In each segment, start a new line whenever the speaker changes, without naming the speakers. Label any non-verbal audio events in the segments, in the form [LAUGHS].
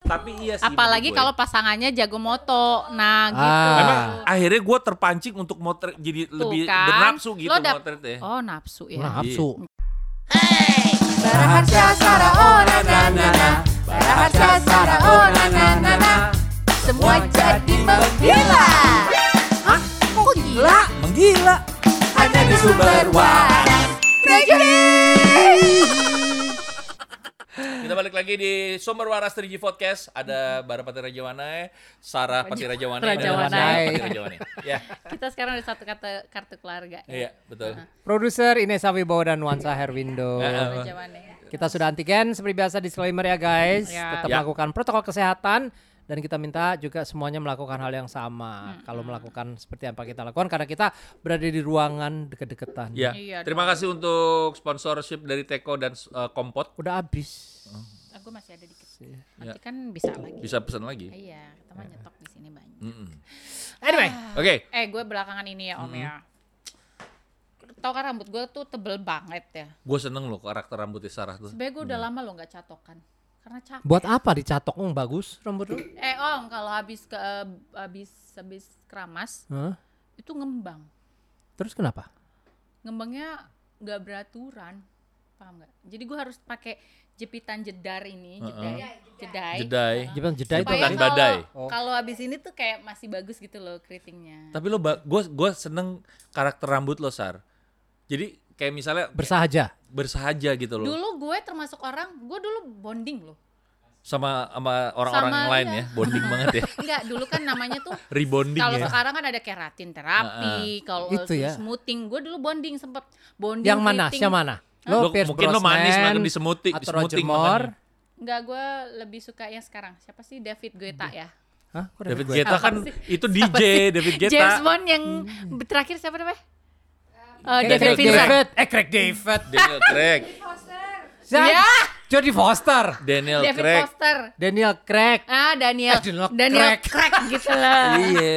tapi iya sih menurut
Apalagi
gue.
kalau pasangannya jago moto. Nah,
Ah.
gitu.
Emang akhirnya gue terpancing untuk motret jadi lebih
kan.
bernapsu gitu
Lo dap-
motret ya.
Oh, nafsu ya.
Nafsu.
Baraharsha Sara oh na na na na Baraharsha Sara oh na na na na Semua jadi menggila Hah? Kok gila?
Menggila.
Hanya di sumber waras Tragedi
Kita balik lagi di Sumber Waras 3G Podcast. Ada Bara Pati Rajawanai, Sarah Pati Rajawanai, dan
Rajawanai.
Pati Rajawanai. Ya,
Kita sekarang ada satu kata kartu keluarga.
iya betul.
Produser Inesa Wibowo dan Nuansa Herwindo.
Eh, eh,
Jawabannya.
Kita sudah antigen seperti biasa disclaimer ya guys.
Ya.
Tetap
Ya.
lakukan protokol kesehatan dan kita minta juga semuanya melakukan hal yang sama. Kalau melakukan seperti apa kita lakukan karena kita berada di ruangan deket-deketan.
Ya.
Iya
Terima kasih untuk sponsorship dari Teko dan eh, Kompot.
Udah habis.
Aku Ah, masih ada dikit.
iya.
Nanti kan bisa lagi.
Bisa pesan lagi.
Iya, kita mah nyetok di sini banyak.
Mm-mm.
Anyway,
Oke.
Eh, gue belakangan ini ya, Om ya. Tau kan rambut gue tuh tebel banget ya.
Gue seneng loh karakter rambutnya Sarah tuh.
Sebenernya gue udah lama lo nggak catokan. Karena capek.
buat apa dicatok? Hmm, bagus rambut lu.
Eh om, kalau habis ke eh, habis habis keramas
Hah?
itu ngembang.
Terus kenapa?
Ngembangnya nggak beraturan, paham nggak? Jadi gue harus pakai jepitan jedar ini, jedai, jedai.
Jedai.
Jepitan jedai itu
Supaya
Jepitan
kalau-
badai.
Oh.
Kalau habis ini tuh kayak masih bagus gitu loh keritingnya.
Tapi lo, gue gue seneng karakter rambut lo Sar. Jadi kayak misalnya
Bersahaja.
bersahaja gitu loh
Dulu gue termasuk orang, gue dulu bonding loh.
sama sama orang-orang
Sama,
yang lain
iya.
ya, bonding banget
[LAUGHS]
ya,
Enggak, dulu kan namanya
[LAUGHS]
tuh
rebonding
kalau
ya.
sekarang kan ada keratin terapi, kalau
Itu ya.
smoothing, gue dulu bonding sempet bonding
Yang mana?
keriting.
Yang mana?
Lo mungkin lo manis makan di semuti,
atau Roger
smoothing
Moore.
makanya.
Enggak, gue lebih suka yang sekarang. Siapa sih David Guetta ya?
Hah? Kok
David
Guetta?
Guetta
Apa
kan
sih?
itu
Siapa
DJ
sih?
David
James
Guetta.
Bond yang b- terakhir siapa namanya? Eh,
Hmm. Eh,
David
Craig
Vincent. Iya.
David, eh Craig David.
Daniel Craig,
Ya.
Jodie Foster.
Daniel
David
Craig.
Foster.
Daniel Craig.
Ah, Daniel.
Eh, Daniel
Daniel
Craig.
Craig gitu lah.
[LAUGHS] Iya.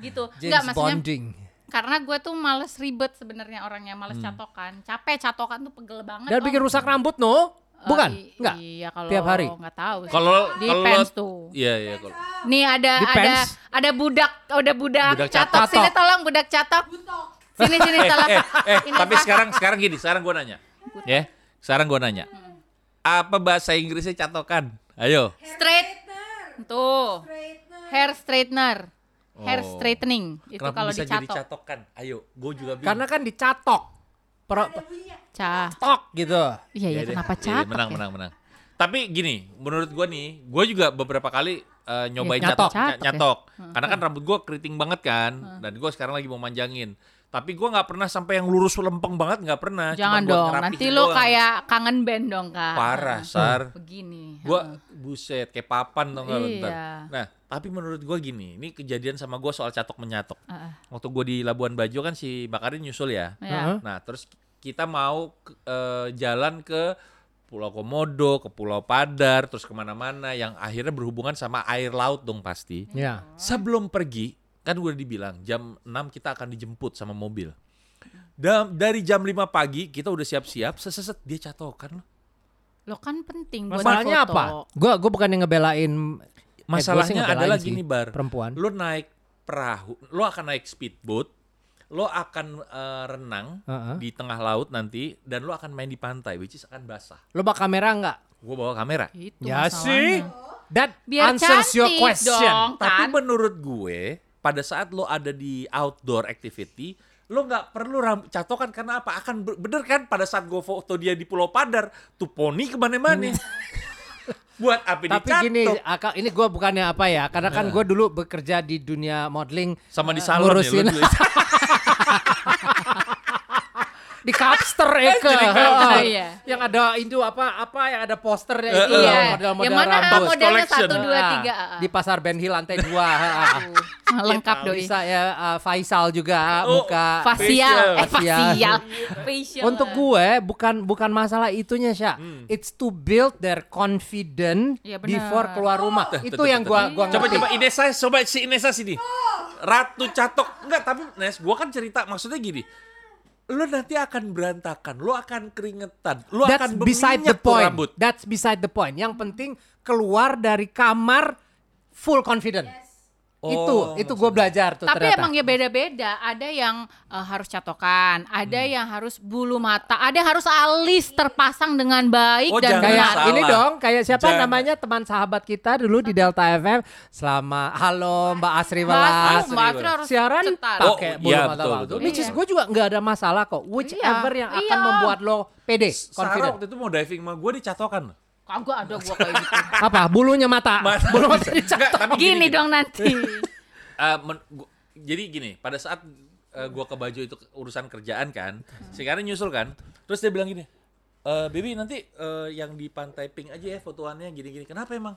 gitu. Enggak
James
maksudnya
Bonding.
karena gue tuh males ribet sebenarnya orangnya, males catokan. Capek catokan tuh pegel banget.
Hmm. Dan
Om.
bikin rusak rambut no?
Eh,
Bukan?
i-
Enggak.
Iya, kalau
Tiap hari?
Enggak tahu. sih.
Kalau
di
kalau
pants tuh.
Iya iya kalau.
Nih ada ada
Depends.
ada budak, ada budak,
Budak
catok.
catok.
Sini tolong budak catok. Sini sini tolong.
[LAUGHS] Eh, eh
Ini
tapi
Pak.
sekarang sekarang gini, sekarang gua nanya. Ya, sekarang gua nanya.
Hmm.
Apa bahasa Inggrisnya catokan? Ayo.
straight tuh hair straightener hair
Oh.
straightening itu
Kenapa
kalau
bisa jadi
dicatok
catokan? Ayo, gua juga bingung.
Karena kan dicatok. Pro,
cah
tok gitu.
iya iya
Ya deh.
kenapa
Ya deh,
catok
menang,
ya?
menang, menang. Tapi gini, menurut gua nih, gua juga beberapa kali eh, nyobain
Iya,
nyatok,
nyatok.
nyatok,
Nyatok ya.
karena kan rambut gua keriting banget kan, dan gua sekarang lagi mau manjangin. Tapi gua nggak pernah sampai yang lurus lempeng banget nggak pernah. Cuma
jangan
buat
dong
ngerapihin
nanti lo
doang.
kayak kangen band dong kak
parah sar.
begini
Gua buset kayak papan dong
Iya.
bentar. Nah, tapi menurut gua gini, ini kejadian sama gua soal catok menyatok.
Heeh.
Waktu gua di Labuan Bajo kan si Bakarin nyusul ya.
ya
Nah, terus kita mau ke- eh, jalan ke Pulau Komodo, ke Pulau Padar, terus kemana-mana yang akhirnya berhubungan sama air laut dong pasti.
Ya.
Sebelum pergi, kan udah dibilang jam 6 kita akan dijemput sama mobil. Da- dari jam 5 pagi kita udah siap-siap, seseset dia
Eh,
catokan loh.
lo kan penting buat
Masalahnya
foto.
apa? Gua gua bukan yang ngebelain eh, gua sih
Masalahnya
ngebelain
adalah
sih
gini, Bar.
Perempuan.
Lo naik perahu, lo akan naik speedboat, lo akan eh, renang
Heeh.
di tengah laut nanti dan lo akan main di pantai which is akan basah.
Lo bawa kamera enggak?
Gue bawa kamera.
itu
Ya
Gitu masalahnya.
sih. That
biar
answers
cantik
your question.
dong
Tapi
kan
menurut gue pada saat lo ada di outdoor activity, lo nggak perlu ram- catokan karena apa? Akan be- bener kan pada saat gue foto dia di Pulau Padar, tuh poni kemana-mana. [LAUGHS] Buat apa
Iya. Tapi
dicatok?
gini, Aka- ini gue bukannya apa ya, karena kan gue dulu bekerja di dunia modeling
Iya. sama di salon
eh, ngurusin.
ya lo dulu.
[LAUGHS] di Capster Eka.
Jadi Capster.
Heeh.
Iya.
Yang ada itu apa apa yang ada posternya itu
Iya.
model-model
Yang mana ah,
rambut.
modelnya
collection.
satu dua
Heeh.
tiga
Di Pasar Ben Hill lantai 2.
Nah, lengkap doi
Bisa ya eh, Faisal juga
Oh,
muka.
fasial eh
Facial.
fasial facial
Untuk gue bukan bukan masalah itunya Sya. It's to build their confidence
Iya, benar.
before keluar rumah. itu
tuh,
yang
tuh,
gue
tuh.
gua
Coba
ngerti.
coba Inesa, coba si Inesa sini. Ratu catok. Enggak, tapi Nes, gua kan cerita maksudnya gini. lo nanti akan berantakan, lo akan keringetan, lo akan
That's beside the
berminyak tuh
point.
rambut.
That's beside the point. Yang penting keluar dari kamar full confident. itu
Oh,
itu gue belajar tuh
Tapi
ternyata.
emang ya beda-beda. Ada yang eh, harus catokan, ada
Hmm.
yang harus bulu mata, ada yang harus alis terpasang dengan baik
Oh,
dan
jangan
benar.
kayak
salah.
ini dong kayak siapa
Jangan.
namanya teman sahabat kita dulu di Delta FM selama halo Mbak Asri
Mas,
Welas
Asri
Mbak Asri
Welas.
harus
siaran
cetar.
Oh,
pakai bulu
iya,
mata
betul,
palsu.
betul.
Which is
Iya.
gue juga nggak ada masalah kok. Whichever yang akan
Iya.
membuat lo pede,
Sarah
confident.
waktu itu mau diving sama gue dicatokan. loh.
Kagak ada gua kayak gitu.
Apa bulunya mata?
Mata.
Bulu mata
Enggak,
dicatat.
[LAUGHS] tapi
Gini dong
[LAUGHS]
nanti.
Eh, men- gua- jadi gini, pada saat eh, gua ke Bajo itu ke- urusan kerjaan kan, sekarang nyusul kan, terus dia bilang gini, eh Bibi nanti eh, yang di Pantai Pink aja ya fotoannya gini-gini. Kenapa emang?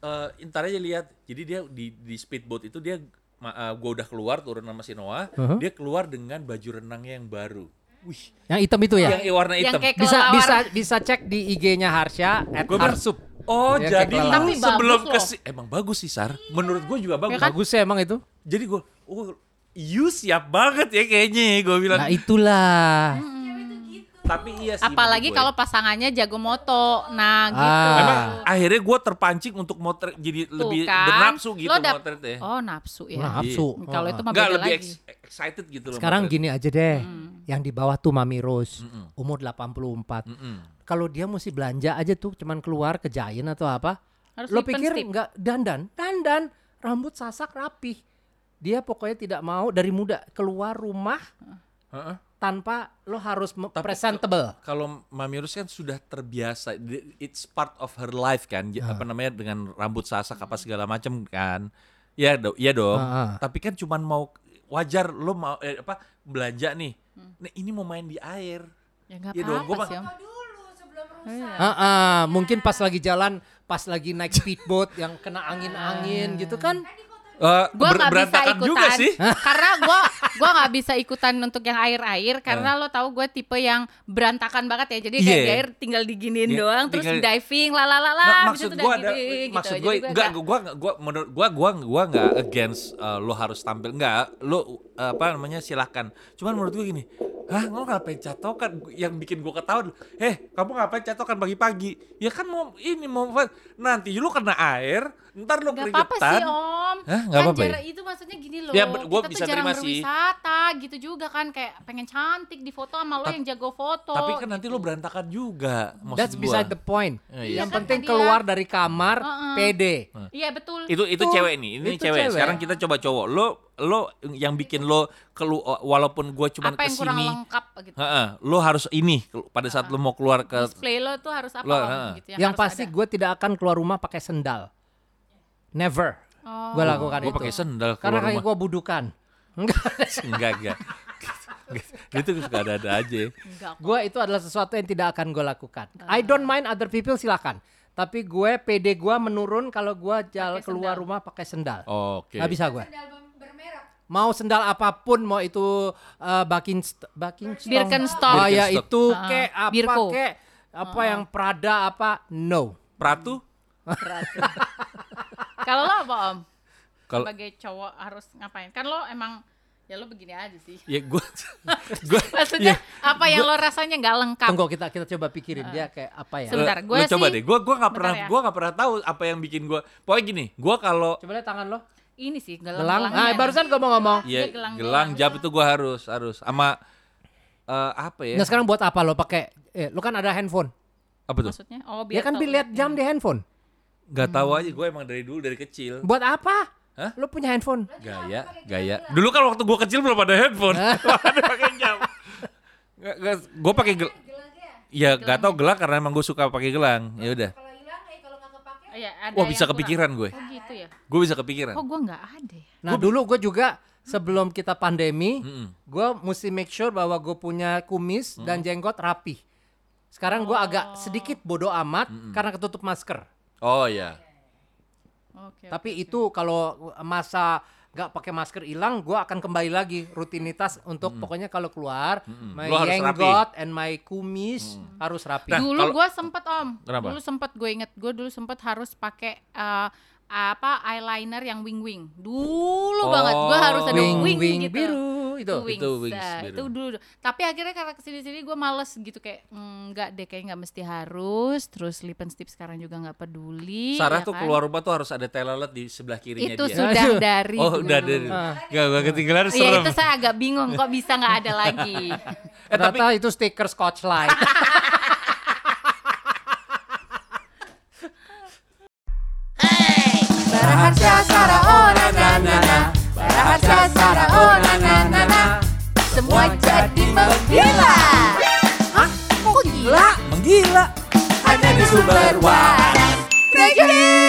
Eh, ntar aja lihat. Jadi dia di, di speedboat itu dia, ma- eh, gua udah keluar turun sama si Noah,
Mhm.
dia keluar dengan baju renangnya yang baru, Wih,
Yang hitam itu ya.
yang warna hitam.
Yang kayak
Bisa
kelelawar.
bisa bisa cek di IG-nya Harsha at
Gua bilang,
Harsup.
Oh
Yang kayak
jadi
kelelawar.
lu
Tapi bagus
sebelum
loh.
ke si- emang bagus sih Sar. Menurut gue juga bagus.
Ya kan?
Bagus ya emang itu.
Jadi gue, oh you siap banget ya kayaknya gue bilang.
Nah itulah.
Tapi iya sih.
[LAUGHS] Apalagi
menurut gua
kalau pasangan pasangannya jago moto. Nah, gitu.
ya.
Ah.
Memang akhirnya gue terpancing untuk motret jadi
Tuh
lebih
kan.
bernafsu gitu
Lo dap-
motret ya.
Oh, nafsu ya.
Nafsu.
Kalau itu mah
Enggak
beda
lebih
lagi.
ex- excited gitu loh.
Sekarang
motret.
gini aja deh. Yang di bawah tuh Mami Rose,
Mm-mm.
umur 84.
Mm-mm.
Kalau dia mesti belanja aja tuh cuman keluar ke Giant atau apa?
Harus
lo
lip and
pikir
stick.
nggak dandan? Dandan, rambut sasak rapih. Dia pokoknya tidak mau dari muda keluar rumah
Heeh.
tanpa lo harus me-
Tapi-
presentable.
Kalau Mami Rus kan sudah terbiasa, di- it's part of her life kan, J-
Ah.
apa namanya dengan rambut sasak apa segala macam kan, ya do, iya dong.
Ah, ah.
Tapi kan cuman mau wajar lo mau eh, apa belanja nih,
Hmm.
nah ini mau main di air,
Ya enggak
Iya dong,
apa-apa
gua mah-
sih, Om.
dulu sebelum rusak.
Ah, ah, mungkin pas lagi jalan, pas lagi naik speedboat yang kena angin-angin gitu kan?
Eh,
Gua
ber-
nggak bisa
berantakan
ikutan
juga sih.
[LAUGHS] karena gua gua nggak bisa ikutan untuk yang air-air karena lo tahu gue tipe yang berantakan banget ya jadi kayak
Eh. Iya.
di air tinggal diginin
Iya,
doang terus
tinggal-
diving la la la la
Nah,
abis
maksud
itu udah
gua ada
gini, gitu.
maksud
Jadi
gua
gua
enggak
nggak-
gua nggak- gua menurut gua gua gua enggak against uh, lo harus tampil enggak lo uh, apa namanya silakan. Cuman menurut gua gini, hah lo ngapain catokan yang bikin gua ketawa dulu, "Eh, kamu ngapain catokan pagi-pagi?" Ya kan mau ini mau nanti lu kena air, ntar lu
nggak apa-apa sih
keringetan.
om
Hah, nggak
Kan
apa-apa ya?
jarak itu maksudnya gini loh
Ya, ber- gua
kita
bisa
tuh jarang
terima sih.
berwisata gitu juga kan kayak pengen cantik di foto sama lo
Tapi-
yang jago foto
Tapi kan nanti lo berantakan juga maksud
That's
gua.
beside the point.
Ya, iya.
Yang
Iya kan
penting
tadi ya.
keluar dari kamar,
Uh-uh.
pede.
iya betul
itu itu
Itu-
cewek nih ini
itu
cewek.
cewek.
sekarang kita coba cowok lo lo yang bikin lo kelu walaupun gua cuman
apa yang kurang
kesini
lengkap gitu
Heeh, lo harus ini pada saat lo mau keluar ke
display lo tuh harus apa
Lo,
Om,
ha.
gitu
Yang
harus
pasti
ada.
gue tidak akan keluar rumah pakai sendal. Never.
Oh.
Gue lakukan
gue
itu.
pakai sendal
Karena
keluar
kayak
rumah
gue budukan. [LAUGHS] Enggak.
enggak enggak itu suka ada-ada aja
Enggak kok.
Gue itu adalah sesuatu yang tidak akan gue lakukan. I don't mind other people silakan. Tapi gue PD gue menurun kalau gue jalan
Pakai
keluar
sendal.
rumah pakai sendal.
oke
Nggak bisa gue.
Sendal bem- bermerek.
Mau sendal apapun, mau itu uh, baking baking
Birkenstock.
Oh ya
Birkenstock.
itu
Ah,
kek apa
Birko. Oh.
kek apa yang Prada apa no.
pratu
Kalau lo apa om?
kalau
Sebagai cowok harus ngapain? Kan lo emang ya lo begini aja sih.
ya [LAUGHS] gue gue
[LAUGHS]
Iya.
Maksudnya apa yang lo rasanya nggak lengkap?
Tunggu kita kita coba pikirin
Ah.
dia kayak apa ya.
Sebentar,
Lo-
gue
eh, lo coba
sih-
deh gue gue nggak pernah
Bentar ya.
gue nggak pernah tahu apa yang bikin gue pokoknya gini gue kalau
Coba lihat tangan lo.
Ini sih gelang.
Gelang. Ah barusan gue mau ngomong.
ya
Dia gitu. gelang
gelang, jam itu gue harus harus sama eh, apa ya
Nah sekarang buat apa lo pakai? Eh, lo kan ada handphone.
apa tuh
maksudnya. Oh biar
Ya
tau.
kan bi- lihat jam di handphone.
nggak tahu
Hmm.
aja gue emang dari dulu dari kecil
Buat apa?
Hah?
Lo punya handphone.
gaya gaya dulu kan waktu gue kecil belum ada [LAUGHS] handphone ada pakai jam gue pakai
kan
gel
Gelang ya.
Ya gak tau gelang karena emang gue suka pakai gelang. Ya udah.
Kalau hilang eh kalau nggak kepake.
Oh, ya, ada
Wah
yang
bisa
kurang.
kepikiran Kan. gue.
Oh gitu ya.
Gue bisa kepikiran.
Kok gue nggak ada ya?
Nah dulu gue juga sebelum kita pandemi,
Mm-mm.
gue mesti make sure bahwa gue punya kumis
Hmm.
dan jenggot rapi. Sekarang gue
Oh.
agak sedikit bodoh amat
Hmm.
karena ketutup masker.
Oh ya.
Oke.
Tapi itu kalau masa nggak pakai masker hilang, gue akan kembali lagi rutinitas untuk pokoknya kalau keluar, my
Lo Hmm. harus rapi.
jenggot and my kumis harus rapi.
Nah,
dulu
kalau-
gue sempet om.
Kenapa?
Dulu sempet gue inget gue dulu sempet harus pakai eh, apa eyeliner yang wing wing dulu banget
Oh.
gue harus ada wing
Wing
wing,
wing
gitu
biru itu.
Wings,
itu wings
eh,
biru.
itu dulu tapi akhirnya karena kesini sini gue males gitu kayak "Mm, nggak deh kayak nggak mesti harus terus lip and stip sekarang juga nggak peduli
Sarah
ya
tuh
kan?
keluar rumah tuh harus ada telelet di sebelah kirinya
itu
dia. [LAUGHS]
sudah
Aduh.
dari
Oh,
dulu.
udah ada.
Ah.
Gak, gak ketinggalan
Iya
serem.
itu saya agak bingung kok bisa nggak ada
[LAUGHS]
lagi.
Ternyata itu stiker Scotch Light.
Baraharsa Sara oh na na na na Baraharsa Sara oh na na na na Semua jadi menggila Hah? Kok gila?
Menggila.
Hanya di sumber waras Thank you